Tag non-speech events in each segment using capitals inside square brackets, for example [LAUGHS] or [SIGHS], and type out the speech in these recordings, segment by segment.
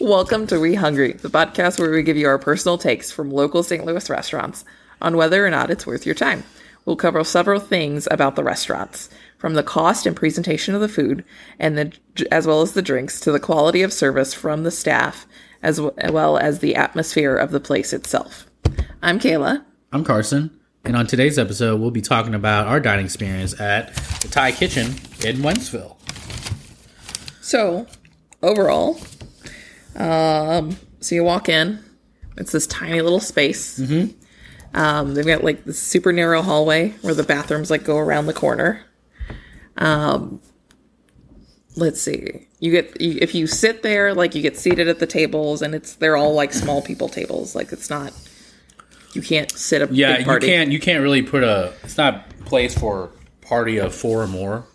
Welcome to We Hungry, the podcast where we give you our personal takes from local St. Louis restaurants on whether or not it's worth your time. We'll cover several things about the restaurants, from the cost and presentation of the food, and the as well as the drinks, to the quality of service from the staff, as w- well as the atmosphere of the place itself. I'm Kayla. I'm Carson, and on today's episode, we'll be talking about our dining experience at the Thai Kitchen in Wentzville. So, overall, um, so you walk in. It's this tiny little space. Mm-hmm. Um, they've got like this super narrow hallway where the bathrooms like go around the corner. Um, let's see. You get you, if you sit there, like you get seated at the tables, and it's they're all like small people tables. Like it's not. You can't sit a Yeah, big you party. can't you can't really put a it's not a place for party of four or more.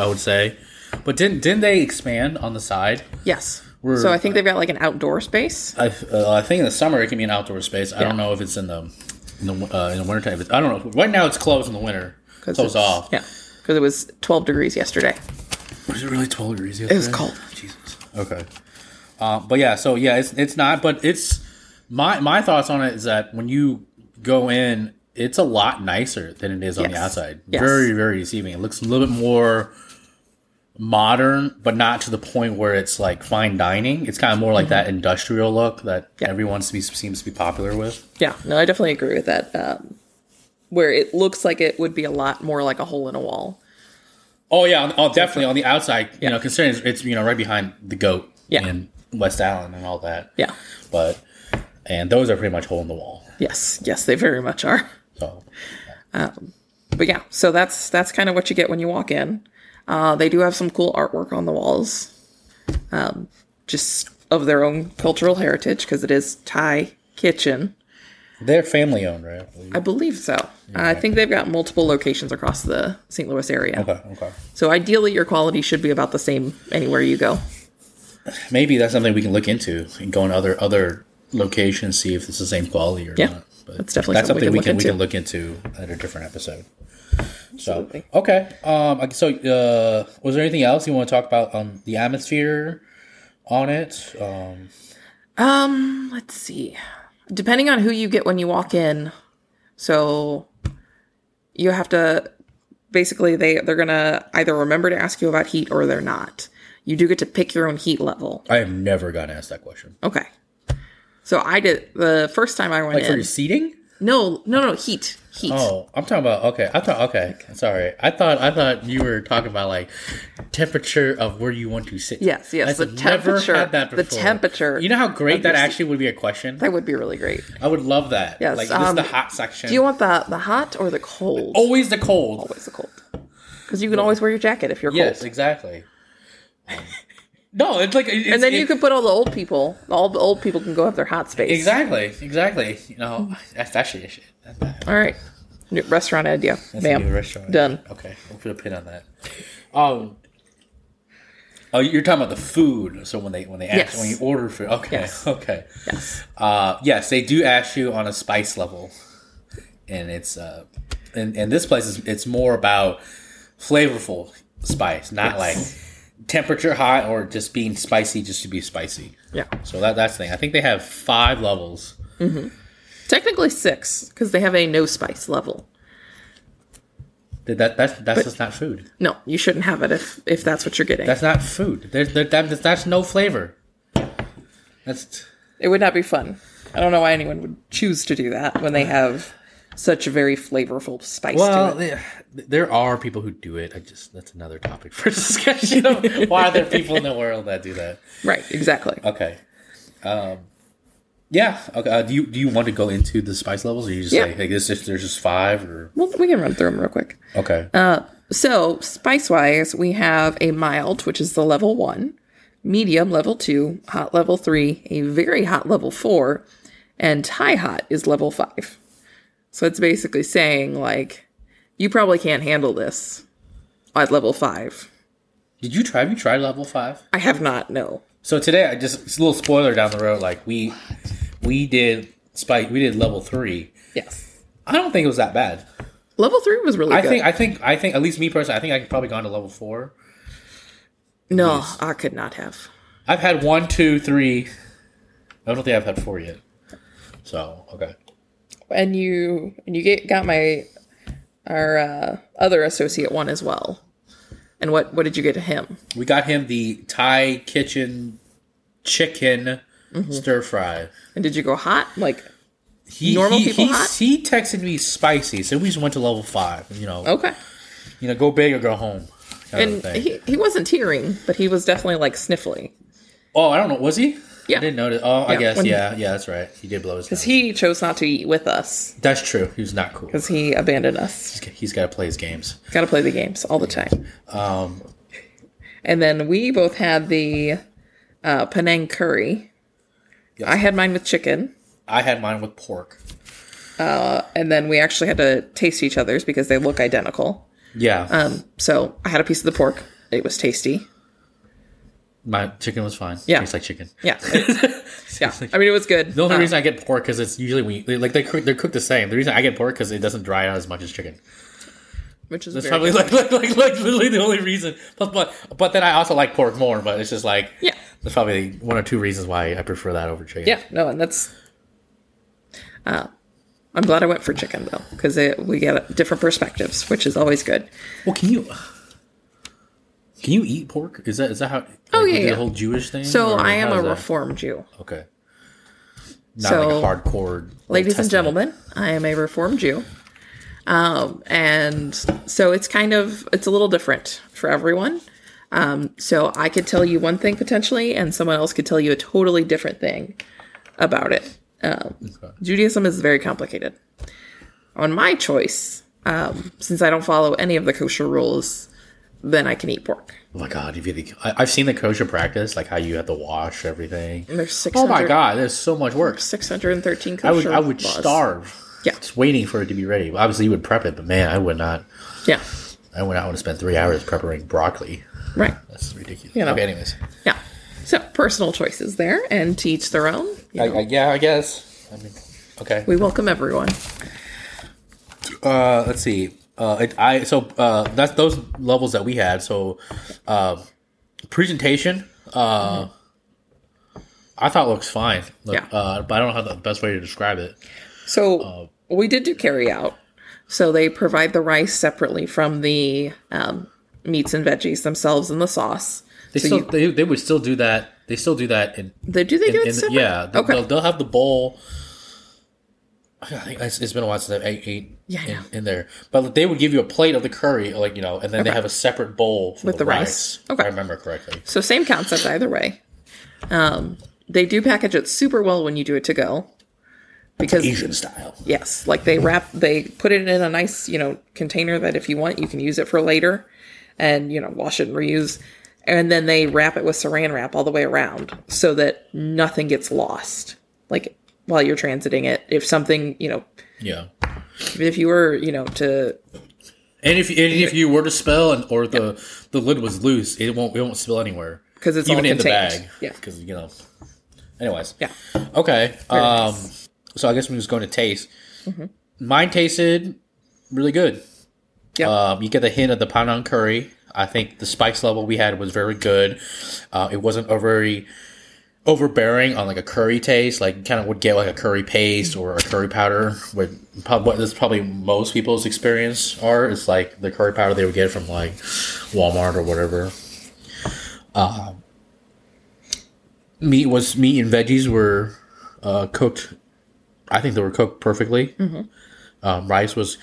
I would say, but didn't didn't they expand on the side? Yes. We're- so I think they've got like an outdoor space. I, uh, I think in the summer it can be an outdoor space. I don't know if it's in the in the uh, in the wintertime. It's- I don't know. Right now it's closed in the winter. 'cause it's- Closed off. Yeah, because it was 12 degrees yesterday. Was it really twelve degrees? It was cold. Jesus. Okay. Uh, but yeah, so yeah, it's it's not, but it's my my thoughts on it is that when you go in, it's a lot nicer than it is on the Yes. outside. Yes. Very very deceiving. It looks a little bit more modern, but not to the point where it's like fine dining. It's kind of more like that industrial look that Mm-hmm. Yeah. everyone seems seems to be popular with. Yeah, no, I definitely agree with that. Um, where it looks like it would be a lot more like a hole in a wall. Oh yeah, on, oh definitely on the outside. Yeah. You know, considering it's, it's you know right behind the goat Yeah. in West Allen and all that. Yeah. but and those are pretty much hole in the wall. Yes. Yes, they very much are. So But yeah, so that's that's kind of what you get when you walk in. Uh, they do have some cool artwork on the walls, um, just of their own cultural heritage because it is Thai kitchen. they're family owned, right? I believe so. I think they've got multiple locations across the St. Louis area. Okay, okay. So ideally, your quality should be about the same anywhere you go. Maybe that's something we can look into and go in other other locations, see if it's the same quality or Yeah, not. But that's definitely that's something something we we can can, we can look look into at a different episode. Absolutely. So okay. Um. I- So uh, was there anything else you want to talk about? Um, the atmosphere on it. Um. Um, let's see. Depending on who you get when you walk in, so you have to basically they they're gonna either remember to ask you about heat or they're not. You do get to pick your own heat level. I have never gotten asked that question. Okay. So I did the first time I went Like for in. your seating? No, no, no, heat, heat. Oh, I'm talking about okay. I thought okay. Sorry, I thought I thought you were talking about like temperature of where you want to sit. Yes, yes, the I've never temperature- had that the before. temperature You know how great your that seat. actually would be a question. That would be really great. I would love that. Yes, like this is the um, hot section. Do you want the the hot or the cold? always the cold? always the cold. Because you can always wear your jacket if you're yes, cold. exactly. [LAUGHS] no, it's like And then you can put all the old people. All the old people can go have their hot space. exactly exactly. You know that's actually a shit. That's a All right. New restaurant idea. Ma'am. new restaurant. Done. Okay, we'll put a pin on that. Um. Oh, you're talking about the food. So when they when they ask Yes. when you order food, okay, Yes. [LAUGHS] okay. Yes. Uh, yes, they do ask you on a spice level, and it's uh, and and this place is it's more about flavorful spice, not like temperature hot or just being spicy just to be spicy. Yeah. So that that's the thing. I think they have five levels. Technically six, because they have a no spice level. That, that that's that's just not food. No, you shouldn't have it if if that's what you're getting. That's not food. There's there, that, that's- that's no flavor. That's it would not be fun. I don't know why anyone would choose to do that when they have such a very flavorful spice well, to it. yeah, there are people who do it. I just that's another topic for [LAUGHS] discussion. Of why are there people in the world that do that? Right, exactly. Okay. Um, yeah. Okay. Uh, do you do you want to go into the spice levels, or you just Yeah. like, hey, this just there's just five or Well, we can run through them real quick. okay? So, spice wise, we have a mild, which is the level one, medium, level two, hot, level three, a very hot, level four, and high hot is level five. So, it's basically saying, like, you probably can't handle this at level five. Did you try? Have you tried level five? I have not, no. So today, I just it's a little spoiler down the road. Like we we did spice. We did level three. Yes. I don't think it was that bad. Level three was really I good. think I think I think at least me personally, I think I could probably gone to level four. no, I could not have. I've had one, two, three, I don't think I've had four yet. So okay. and you and you get got my our uh, other associate one as well. And what what did you get him? We got him the Thai kitchen chicken Mm-hmm. stir fry. And did you go hot? Like He, Normal he, people he, hot? he texted me spicy, so we just went to level five. You know, okay. you know, go big or go home. Kind of Oh. And thing. he, he wasn't tearing, but he was definitely like sniffly. oh, I don't know. Was he? Yeah. I didn't notice. Oh, I Yeah, guess. when- yeah, yeah, that's right. He did blow his. Nose. He chose not to eat with us that's true. He was not cool. because he abandoned us. He's got to play his games. Got to play the games all the time. Um, And then we both had the uh, Penang curry. Yes. I had mine with chicken, I had mine with pork. and then we actually had to taste each other's because they look identical. Yeah, Um, so I had a piece of the pork. It was tasty. my chicken was fine. yeah. tastes like chicken. [LAUGHS] Yeah. yeah. I mean, it was good. The only Uh, reason I get pork because it's usually when you, they- like they cook, they're cooked the same. The reason I get pork because it doesn't dry out as much as chicken. which is That's very probably good. like, like like like literally the only reason. But, but but then I also like pork more. But it's just like Yeah. that's probably one or two reasons why I prefer that over chicken. yeah. No, and that's. Uh, I'm glad I went for chicken though, because we get different perspectives, which is always good. Well, can you can you eat pork? Is that is that how? Oh, like, yeah, the yeah. whole Jewish thing. So or I am how a is that? reformed Jew, Okay. Not So- like a hardcore. Old ladies and Testament. gentlemen. I am a reformed Jew, um, and so it's kind of it's a little different for everyone. Um, so I could tell you one thing potentially, and someone else could tell you a totally different thing about it. Um, Okay. Judaism is very complicated. On my choice, um, since I don't follow any of the kosher rules, then I can eat pork. Oh my god! If you think, I, I've seen the kosher practice, like how you have to wash everything. There's Oh my 600 god! There's so much work. 613 kosher I would I would laws. starve. Yeah. Just waiting for it to be ready. Obviously, you would prep it, but man, I would not. Yeah, I would not want to spend three hours preparing broccoli. right. That's ridiculous. You know. Okay, anyways. Yeah. So personal choices there, and to each their own. You I, know, I, yeah, I guess. I mean, okay. we welcome everyone. Uh, let's see. Uh, it, I so uh, that's those levels that we had. So, uh, presentation. Uh, I thought looks fine. Look, Yeah. Uh, but I don't know how the best way to describe it. So we did do carry out. So they provide the rice separately from the um, meats and veggies themselves and the sauce. They so still you, they, they would still do that. They still do that in they do they do it in- in the- separate? yeah, they'll, okay. they'll, they'll have the bowl. I think it's, it's been a while since I've ate, ate Yeah, I in, know. in there, but they would give you a plate of the curry, like you know, and then they have a separate bowl for With the rice. If I Okay. remember correctly. So same concept either way. Um, they do package it super well when you do it to go, because Asian style. yes, like they wrap, they put it in a nice you know container that if you want you can use it for later, and you know wash it and reuse, and then they wrap it with Saran wrap all the way around so that nothing gets lost. Like while you're transiting it, if something you know, Yeah. if you were you know to And if and if you were to spill and or the the lid was loose, it won't it won't spill anywhere 'Cause it's even all in the contained. bag. Yeah. because you know. Anyways, yeah, okay. Um, nice. Mm-hmm. so I guess we just going to taste. Mine tasted really good. yeah, Um, you get the hint of the panang curry. I think the spice level we had was very good. Uh, it wasn't a very overbearing on like a curry taste. Like you kind of would get like a curry paste or a curry powder. With prob- what that's probably most people's experience are. It's like the curry powder they would get from like Walmart or whatever. Um, meat was meat and veggies were uh, cooked. I think they were cooked perfectly. Um, rice was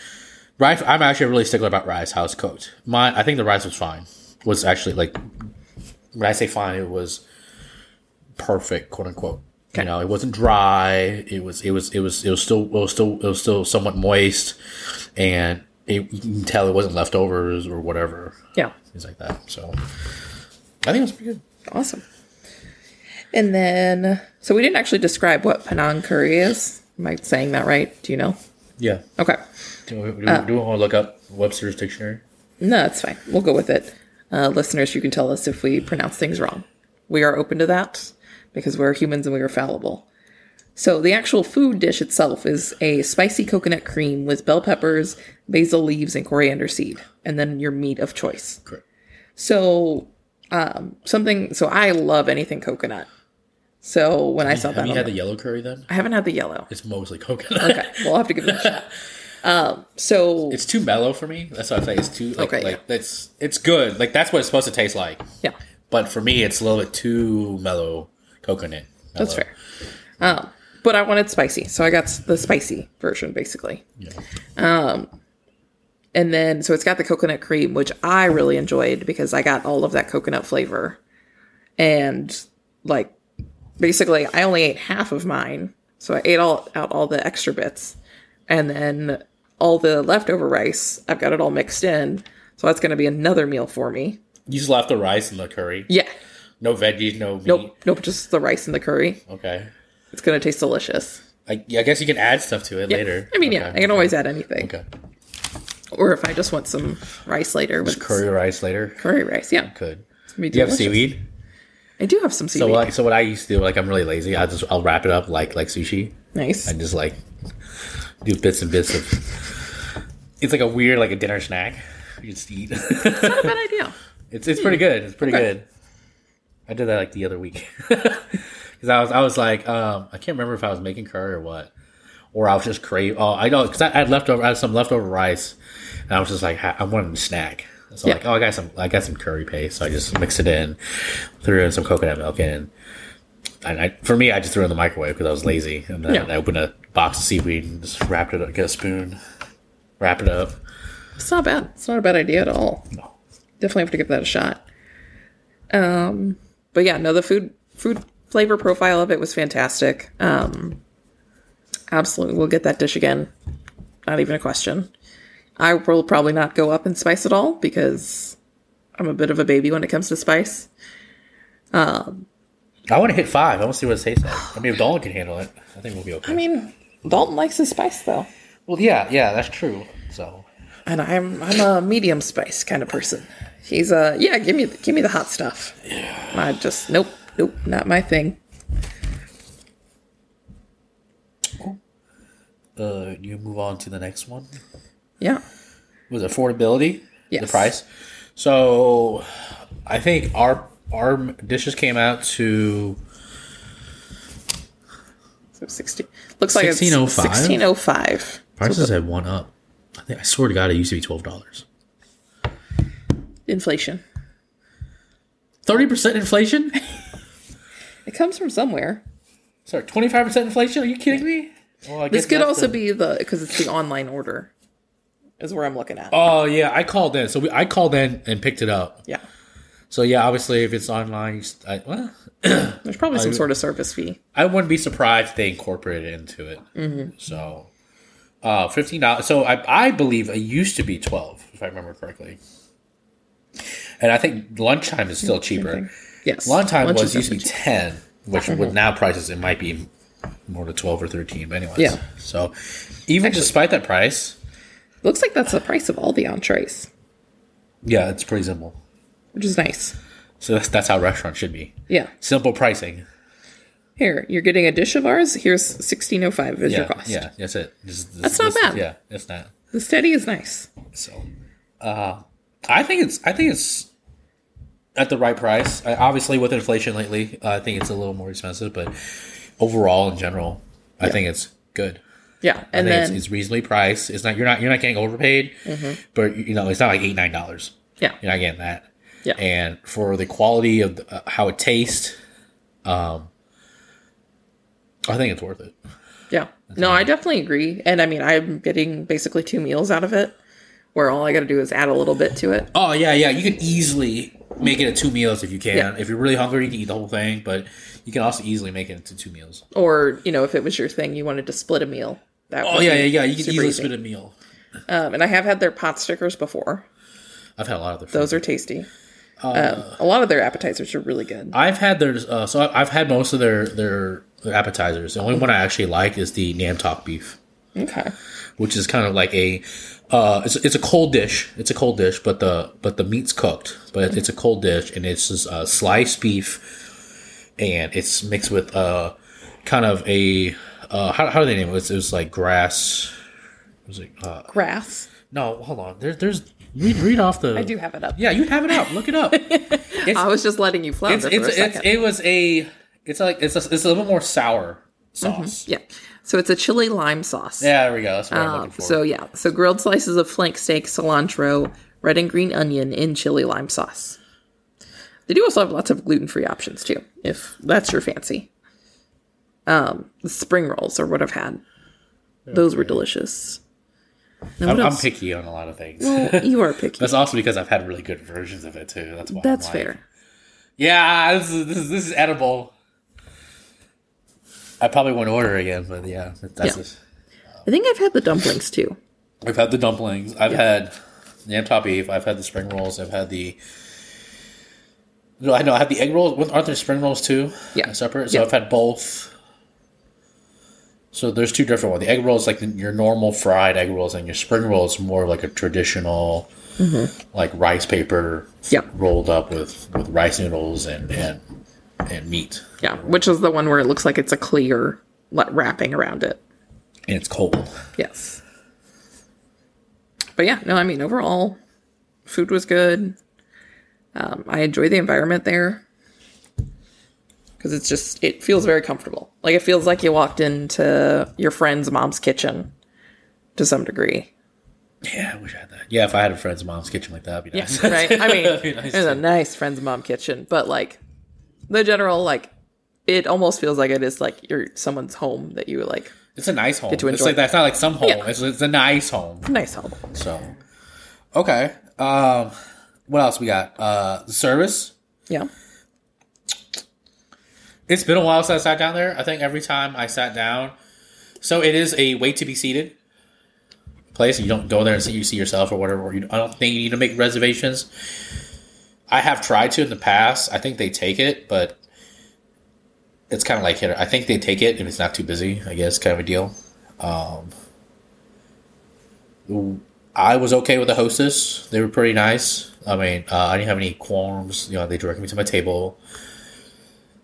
rice. I'm actually a really stickler about rice. How it's cooked. Mine, I think the rice was fine. Was actually like when I say fine, it was perfect, quote unquote. You know, it wasn't dry. It was. It was. It was. It was still. It was still. It was still somewhat moist, and it, you can tell it wasn't leftovers or whatever yeah. things like that. So, I think it was pretty good. Awesome. And then, so we didn't actually describe what Penang curry is. Am I saying that right? Do you know? Yeah. Okay. Do we, do, we- do we want to look up Webster's dictionary? No, that's fine. We'll go with it. Uh, listeners, you can tell us if we pronounce things wrong. We are open to that because we're humans and we are fallible. So, the actual food dish itself is a spicy coconut cream with bell peppers, basil leaves, and coriander seed, and then your meat of choice. Correct. So, um, something. So I love anything coconut. So when I saw that, Have you I'm had the like, yellow curry then? I haven't had the yellow. It's mostly coconut. Okay, we'll I'll have to give it a [LAUGHS] shot. Um, so It's too mellow for me. That's what I say. It's too like Okay, like it's it's good. Like that's what it's supposed to taste like. yeah, But for me, it's a little bit too mellow coconut. that's mellow. fair. Um, but I wanted spicy, so I got s- the spicy version basically. Um, and then so it's got the coconut cream which i really enjoyed because i got all of that coconut flavor and like basically i only ate half of mine so i ate all out all the extra bits and then all the leftover rice i've got it all mixed in so that's going to be another meal for me You just left the rice and the curry. yeah No veggies. No meat. nope nope just the rice and the curry Okay. it's going to taste delicious I, yeah, I guess you can add stuff to it later. i mean yeah Okay. i can always add anything Okay. or if i just want some rice later with Curry rice later. curry rice yeah Could. it's gonna be Do you have delicious. seaweed? i do have some seaweed So what? So what I used to do, like I'm really lazy. I just I'll wrap it up like like sushi. nice I just like do bits and bits of. It's like a weird like a dinner snack. You just eat. [LAUGHS] not a bad idea. It's it's pretty good. It's pretty Hmm. Okay. good. I did that like the other week [LAUGHS] because I was I was like um, I can't remember if I was making curry or what, or I was just crave. Oh, I know because I had leftover. I had some leftover rice, and I was just like ha- I wanted a snack. So Yeah. like oh I got some I got some curry paste. So I just mixed it in, threw in some coconut milk in. And I, for me, I just threw it in the microwave because I was lazy. And then Yeah. I opened a box of seaweed and just wrapped it up, get a spoon, wrap it up. It's not bad. It's not a bad idea at all. No. Definitely have to give that a shot. Um, but yeah, no, the food food flavor profile of it was fantastic. Um, absolutely, we'll get that dish again. Not even a question. I will probably not go up in spice at all because I'm a bit of a baby when it comes to spice. I want to hit five. I want to see what it tastes like. I mean, if Dolan can handle it, I think we'll be okay. I mean, Dalton likes his spice though, well, yeah, yeah, that's true. So, and I'm I'm a medium spice kind of person. He's a yeah, give me give me the hot stuff. Yeah. I just nope nope not my thing. uh, you move on to the next one. Yeah. Was affordability? The Yes. price. So, I think our our dishes came out to So 16. Looks like 1605? it's 1605. prices had one up. I think I swear to God, it used to be twelve dollars. Inflation. Thirty percent inflation? It comes from somewhere. Sorry, twenty five percent inflation? Are you kidding me? Well, I This guess could that's also the- be the because it's the online order, is where I'm looking at. Oh yeah, I called in. So we, I called in and picked it up. Yeah, so So yeah, obviously, if it's online, you s- I, well, there's probably some sort of service fee. I wouldn't be surprised if they incorporated it into it. Mm-hmm. So, uh, fifteen dollars. So I, I believe it used to be twelve, if I remember correctly. And I think lunchtime is still cheaper. Yes, Lunchtime Hmm, Lunch is was used to be definitely ten, which with now prices it might be more to twelve or thirteen. But anyways, Yeah. So even despite that price, cheap. [LAUGHS] Looks like that's the price of all the entrees, yeah, it's pretty simple. which is nice. So that's that's how restaurants should be. Yeah, Simple pricing. here you're getting a dish of ours. Here's 1605 is Yeah, your cost. yeah, that's it. This- this- That's not this- bad. Yeah, that's not. The steady is nice. So, uh, I think it's I think it's at the right price. I, obviously, with inflation lately, uh, I think it's a little more expensive, but overall, in general, I think it's good. Yeah, I and think then Mm-hmm. it's, it's reasonably priced. It's not you're not you're not getting overpaid, but you know it's not like eight nine dollars. yeah, You're not getting that. yeah, And for the quality of the, uh, how it tastes, um, I think it's worth it. Yeah. No, I definitely agree. And I mean, I'm getting basically two meals out of it where all I got to do is add a little bit to it. Oh yeah, yeah. You can easily make it into two meals if you can. Yeah. If you're really hungry, you can eat the whole thing, but you can also easily make it into two meals. Or, you know, if it was your thing, you wanted to split a meal. That Oh would yeah, be yeah, yeah. You can super easily easy. split a meal. Um, and I have had their pot stickers before. I've had a lot of their food. Those are tasty. Uh, um, a lot of their appetizers are really good. I've had their uh, so I- I've had most of their their, their appetizers. The only one I actually like is the Nam Tok beef, Okay. which is kind of like a uh, it's, it's a cold dish. It's a cold dish, but the but the meat's cooked, but it's a cold dish, and it's just uh, sliced beef, and it's mixed with uh, kind of a uh, how, how do they name it? It was, it was like grass. It was like uh, Grass. no, hold on. There, there's read, read off the. I do have it up. [LAUGHS] Yeah, you have it up. Look it up. I was just letting you flow it's, there for a it's, it's second. it was a It's like it's a, it's a little bit more sour sauce. Yeah. So it's a chili lime sauce. Yeah, there we go. That's what I'm looking for. Um, So yeah, so grilled slices of flank steak, cilantro, red and green onion in chili lime sauce. They do also have lots of gluten-free options too, if that's your fancy. Um, the spring rolls are what I've had. Those were delicious. Now, I'm, what I'm else? picky on a lot of things. Well, you [LAUGHS] are picky. That's also because I've had really good versions of it too. That's why. I'm That's like, fair. Yeah, this is, this is this is edible. I probably wouldn't order again, but yeah, that's Yeah. it. I think I've had the dumplings too. I've had the dumplings. I've had the top beef. I've had the spring rolls. I've had the. No, I know. I had the egg rolls. Aren't there spring rolls too? Yeah. Uh, Separate. So Yeah. I've had both. So there's two different ones. The egg rolls like the, your normal fried egg rolls, and your spring roll is more like a traditional, like rice paper Mm-hmm. Yeah. rolled up with with rice noodles and and and meat, Yeah, which is the one where it looks like it's a clear la- wrapping around it. and it's cold. Yes. But yeah, no, I mean, overall, food was good. Um, I enjoy the environment there because it's just, it feels very comfortable. Like, it feels like you walked into your friend's mom's kitchen to some degree. Yeah, I wish I had that. Yeah, if I had a friend's mom's kitchen like that, that'd be nice. [LAUGHS] right? I mean, [LAUGHS] That'd be nice. it's a nice friend's mom kitchen, but like, the general, like, it almost feels like it is like you're someone's home that you like, It's a nice home. to It's enjoy like that's not like some home. Yeah. It's, it's a nice home. nice home. So, okay. Um, what else we got? Uh, the service. Yeah. It's been a while since I sat down there. I think every time I sat down, so it is a wait to be seated place. You don't go there and see you see yourself or whatever. Or you, I don't think you need to make reservations. I have tried to in the past. I think they take it, but it's kind of like hit. or- I think they take it if it's not too busy. I guess kind of a deal. Um, I was okay with the hostess. They were pretty nice. I mean, uh, I didn't have any qualms. You know, they directed me to my table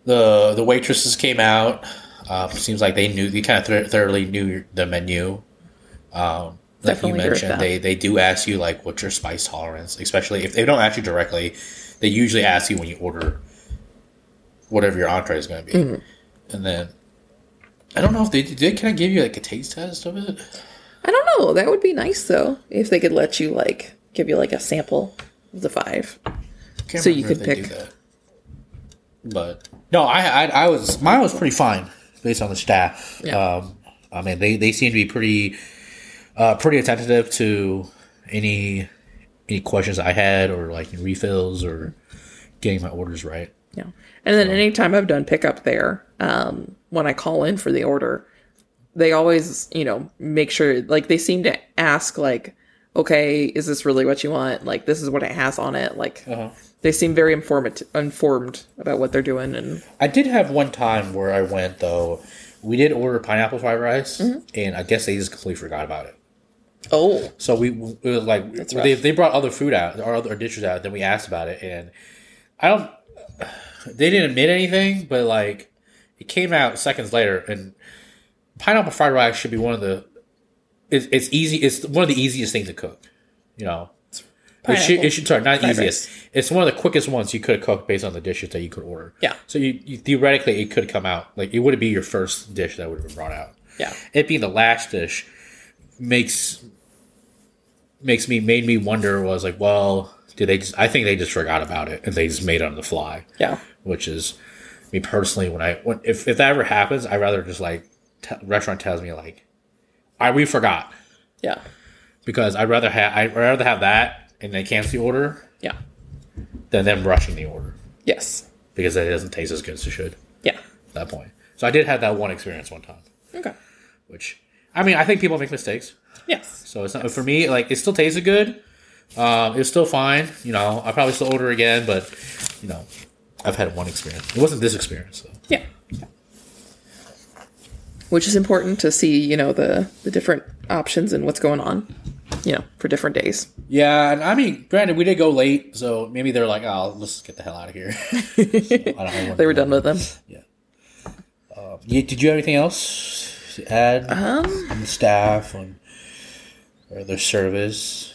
the the waitresses came out. Uh, seems like they knew they kind of thor- thoroughly knew the menu. Um, like Definitely you agree with mentioned, that. they they do ask you like what's your spice tolerance, especially if they don't ask you directly. They usually ask you when you order whatever your entree is going to be, Mm-hmm. and then I don't know if they did. They kind of give you like a taste test of it. I don't know. That would be nice though, if they could let you like give you like a sample of the five. Can't So you remember could if pick. they do that. But no, I, I I was mine was pretty fine based on the staff. Yeah. Um, I mean they they seem to be pretty uh, pretty attentive to any any questions I had or like refills or getting my orders right. Yeah. And then anytime I've done pickup there, um, when I call in for the order, they always, you know, make sure like they seem to ask like, okay, is this really what you want? Like this is what it has on it. Like they seem very informed informed about what they're doing and I did have one time where I went though. We did order pineapple fried rice, Mm-hmm. and I guess they just completely forgot about it. oh So we it was like they, they brought other food out or other dishes out. Then we asked about it, and I don't. [SIGHS] They didn't admit anything, but like it came out seconds later, and pineapple fried rice should be one of the. It's, it's easy. It's one of the easiest things to cook. You know, it should. pineapple It should sorry, not fried easiest. It's one of the quickest ones you could cook based on the dishes that you could order. Yeah. So you, you theoretically it could come out like it wouldn't be your first dish that would have been brought out yeah. it being the last dish makes makes me made me wonder was like well did they just i think they just forgot about it and they just made it on the fly Yeah. which is me personally when i when, if, if that ever happens i rather just like t- restaurant tells me like i we forgot Yeah. because i'd rather have i'd rather have that and they cancel the order Yeah. than them rushing the order Yes. because it doesn't taste as good as it should Yeah. at that point so i did have that one experience one time Okay. which i mean i think people make mistakes Yes. So it's not for me. Like it still tasted good. Um, it's still fine. You know, I probably still order again, but you know, I've had one experience. It wasn't this experience. So. Yeah. Which is important to see, you know, the the different options and what's going on, you know, for different days. Yeah, and I mean, granted, we did go late, so maybe they're like, "Oh, let's get the hell out of here." [LAUGHS] [LAUGHS] They were done with them. Um, Yeah, did you have anything else to add Um, on the staff on or their service?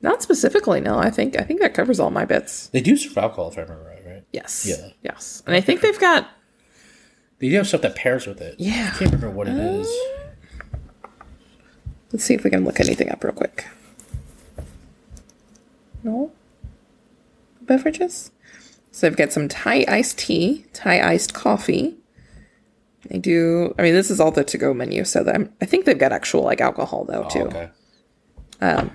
Not specifically, no. I think I think that covers all my bits. They do serve alcohol, if I remember right. Right? Yes. Yeah. Yes. And I think they've got They do have stuff that pairs with it. Yeah. Uh, I can't remember what it is. Let's see if we can look anything up real quick. No? Beverages? So they've got some Thai iced tea, Thai iced coffee. They do, I mean, this is all the to go menu, so I'm, I think they've got actual like alcohol though, Oh, too. okay.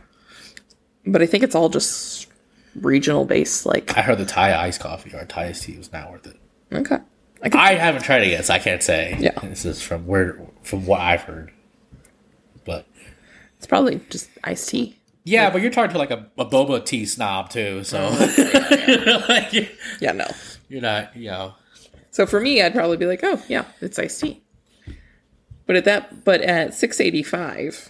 But I think it's all just regional based, like, I heard the Thai iced coffee or Thai iced tea was not worth it. okay. I could, I haven't tried it yet, so I can't say. Yeah. This is from where from what I've heard. But it's probably just iced tea. yeah, but you're talking to like a, a boba tea snob too, so Oh. [LAUGHS] like, you're- Yeah, no. you're not, you know. So for me, I'd probably be like, oh, yeah, it's iced tea. But at that, but at 685,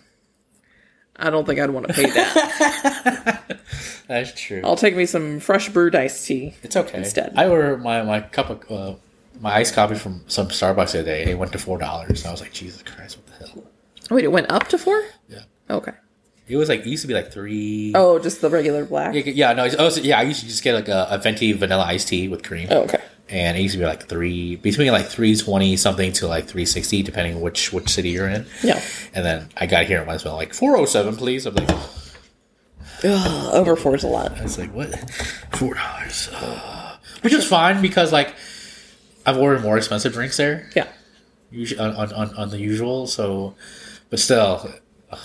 I don't think I'd want to pay [LAUGHS] that. That's true. I'll take me some fresh brewed iced tea. It's okay. Oh, Instead. I ordered my, my cup of uh, my iced coffee from some Starbucks the other day, and it went to four dollars. And I was like, Jesus Christ, what the hell? Wait, it went up to four? Yeah, Okay. it was like it used to be like three. Oh, just the regular black. Yeah, yeah, no, it's- oh, so- yeah. I used to just get like a, a venti vanilla iced tea with cream, Oh, okay. and it used to be like three between like three twenty something to like three sixty, depending which which city you're in. Yeah. And then I got here and might as well like four oh seven, please. I'm like, Ugh, over four is a lot. I was like, what? Four dollars, [SIGHS] uh, which is fine because like I've ordered more expensive drinks there. Yeah. usu- on, on, on, on the usual. So, but still, [SIGHS] ugh,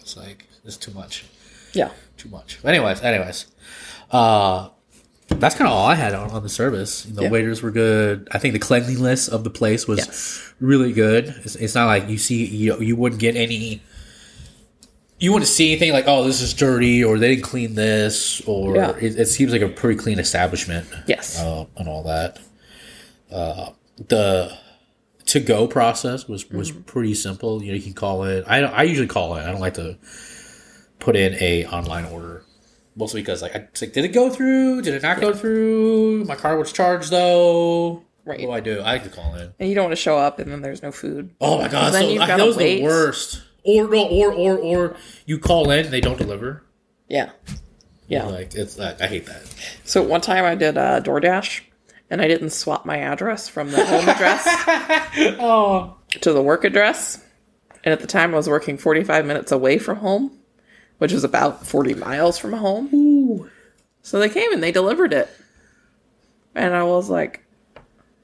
it's like it's too much, Yeah. too much. But anyways, anyways, uh, that's kind of all I had on, on the service. The Yeah. waiters were good. I think the cleanliness of the place was Yes. really good. It's, it's not like you see you, you wouldn't get any. You wouldn't see anything like, oh, this is dirty, or they didn't clean this, or Yeah. it, it seems like a pretty clean establishment Yes. uh, and all that. Uh, the to go process was was Mm-hmm. pretty simple. You know, you can call it. I I usually call it. I don't like to put in a online order, mostly because like I it's like, did it go through? Did it not go through? My card was charged though. Right. What do I do? I like to call in. And you don't want to show up and then there's no food. Oh my god, Then so you've like, gotta that was wait. the worst. Or no, or or or you call in, they don't deliver. Yeah. Yeah. Like it's like, I hate that. So one time I did uh, DoorDash and I didn't swap my address from the home address Oh, to the work address. And at the time I was working 45 minutes away from home, which was about 40 miles from home. So they came and they delivered it. And I was like,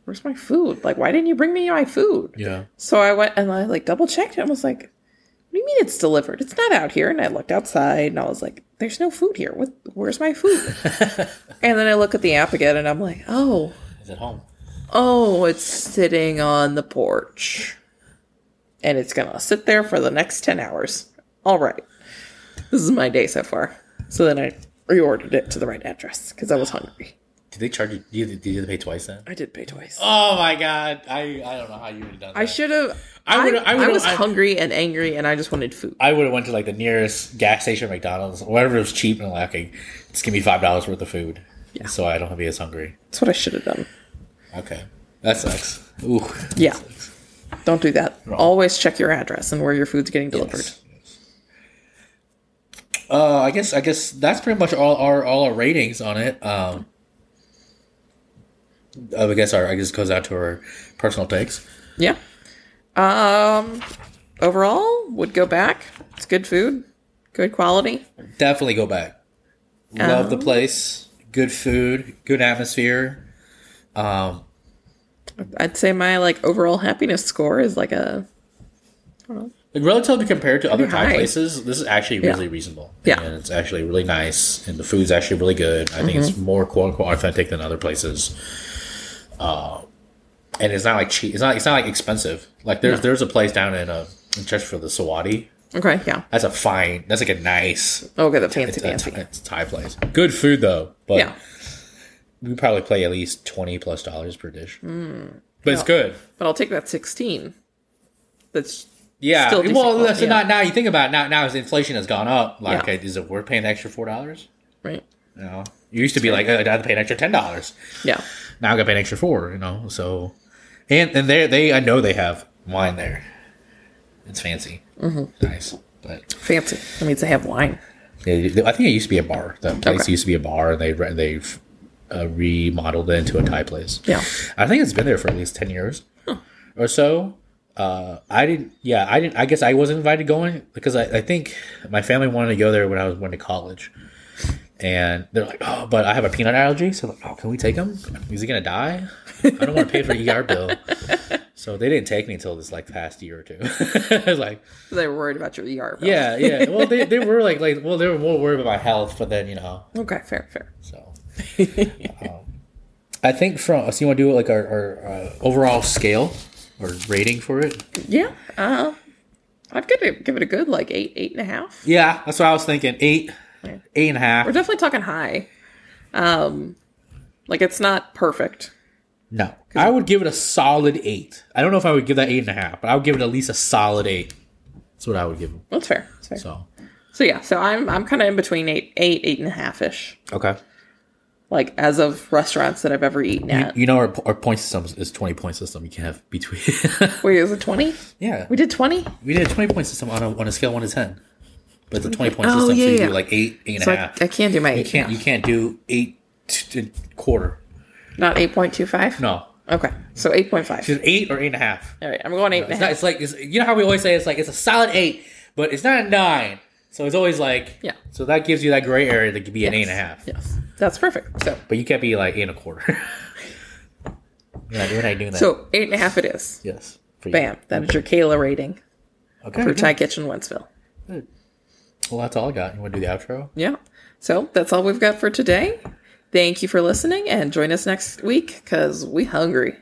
where's my food? Like, why didn't you bring me my food? yeah. So I went and I like double checked it and was like, what do you mean it's delivered? It's not out here. And I looked outside and I was like, there's no food here. What, where's my food? [LAUGHS] and then I look at the app again and I'm like, oh, It's at home. oh, it's sitting on the porch. And it's going to sit there for the next 10 hours. All right. This is my day so far. So then I reordered it to the right address because I was hungry. Did they charge you? Did you, did you pay twice then? I did pay twice. Oh my god! I I don't know how you would have done. That. I should have. I I, would've- I I, would've- was I- hungry and angry, and I just wanted food. I would have went to like the nearest gas station, McDonald's, or whatever was cheap, and like, okay, just give me five dollars worth of food, so I don't have to be as hungry. That's what I should have done. Okay, that sucks. Ooh, Yeah. Don't do that. Always check your address and where your food's getting delivered. Uh, I guess I guess that's pretty much all our all our ratings on it. Um, I guess our I guess it goes out to our personal takes. Yeah. Um overall, would go back. It's good food, good quality. Definitely go back. Love Oh. the place. Good food. Good atmosphere. Um, I'd say my like overall happiness score is like a Like relatively compared to other Thai high. places, this is actually Yeah. really reasonable. Yeah. and it's actually really nice, and the food's actually really good. I think Mm-hmm. it's more quote unquote authentic than other places. Uh, and it's not like cheap. It's not. It's not like expensive. Like there's there's a place down in uh in Chesterfield, the Sawadi. Okay, yeah. That's a fine. That's like a nice. Okay, the fancy It's fancy. a, it's a Thai place. Good food though, but Yeah. we probably play at least twenty plus dollars per dish. Mm. But it's good. But I'll take that 16. That's Yeah. Still decent well, that's quality, not now. You think about it, now. Now, as inflation has gone up, like, Yeah. okay, is it worth paying the extra four dollars? right. You know, you used to be like, oh, I had to pay an extra ten dollars. Yeah. Now I got to pay an extra four. You know, so and and they they I know they have wine there. It's fancy, Mm-hmm. nice, but Fancy. That means they have wine. yeah, I think it used to be a bar. That place Okay. used to be a bar, and they re- they uh, remodeled it into a Thai place. Yeah. I think it's been there for at least ten years or so. Uh, I didn't. Yeah, I didn't. I guess I wasn't invited going because I, I think my family wanted to go there when I was went to college, and they're like, "Oh, but I have a peanut allergy." So like, "Oh, can we take him? Is he gonna die? I don't want to pay for ER bill." So they didn't take me until this like past year or two. [LAUGHS] I was like, They were worried about your ER. bill. "Yeah, yeah." Well, they, they were like, like, well, they were more worried about my health, but then you know, Okay, fair, fair. so, um, I think from so you want to do like our, our uh, overall scale or rating for it? Yeah. Uh, I'd give it, give it a good like eight, eight and a half. Yeah, that's what I was thinking. Eight, eight and a half. We're definitely talking high. Um, like it's not perfect. No, I would give it a solid eight. I don't know if I would give that eight and a half, but I would give it at least a solid eight. That's what I would give them. That's fair. That's fair. So, So yeah, so I'm I'm kind of in between eight, eight, eight and a half ish. okay, Like as of restaurants that I've ever eaten at. you know our, our point system is twenty point system. You can have between. [LAUGHS] Wait, is it twenty? yeah, We did twenty. we did a twenty point system on a on a scale of one to ten, but it's a twenty point Oh, system, yeah, so you yeah. do like eight, eight and So a half. I, I can do my You eight. can't you can't do eight t- t- quarter. Not eight point two five. No, Okay, so eight point five. It's eight or eight and a half. All right, I'm going eight and a It's, not, half. it's like it's, you know how we always say it's like it's a solid eight, but it's not a nine. So it's always like Yeah. So that gives you that gray area that could be an eight and a Yes. half. Yes, that's perfect. So But you can't be like eight and a quarter. [LAUGHS] you're, not, you're not doing that. so eight and a half it is. yes, for you. Bam. That is your Kayla rating Okay. for good. Thai Kitchen Wentzville. Well, that's all I got. You want to do the outro? Yeah. So that's all we've got for today. Thank you for listening and join us next week because we hungry.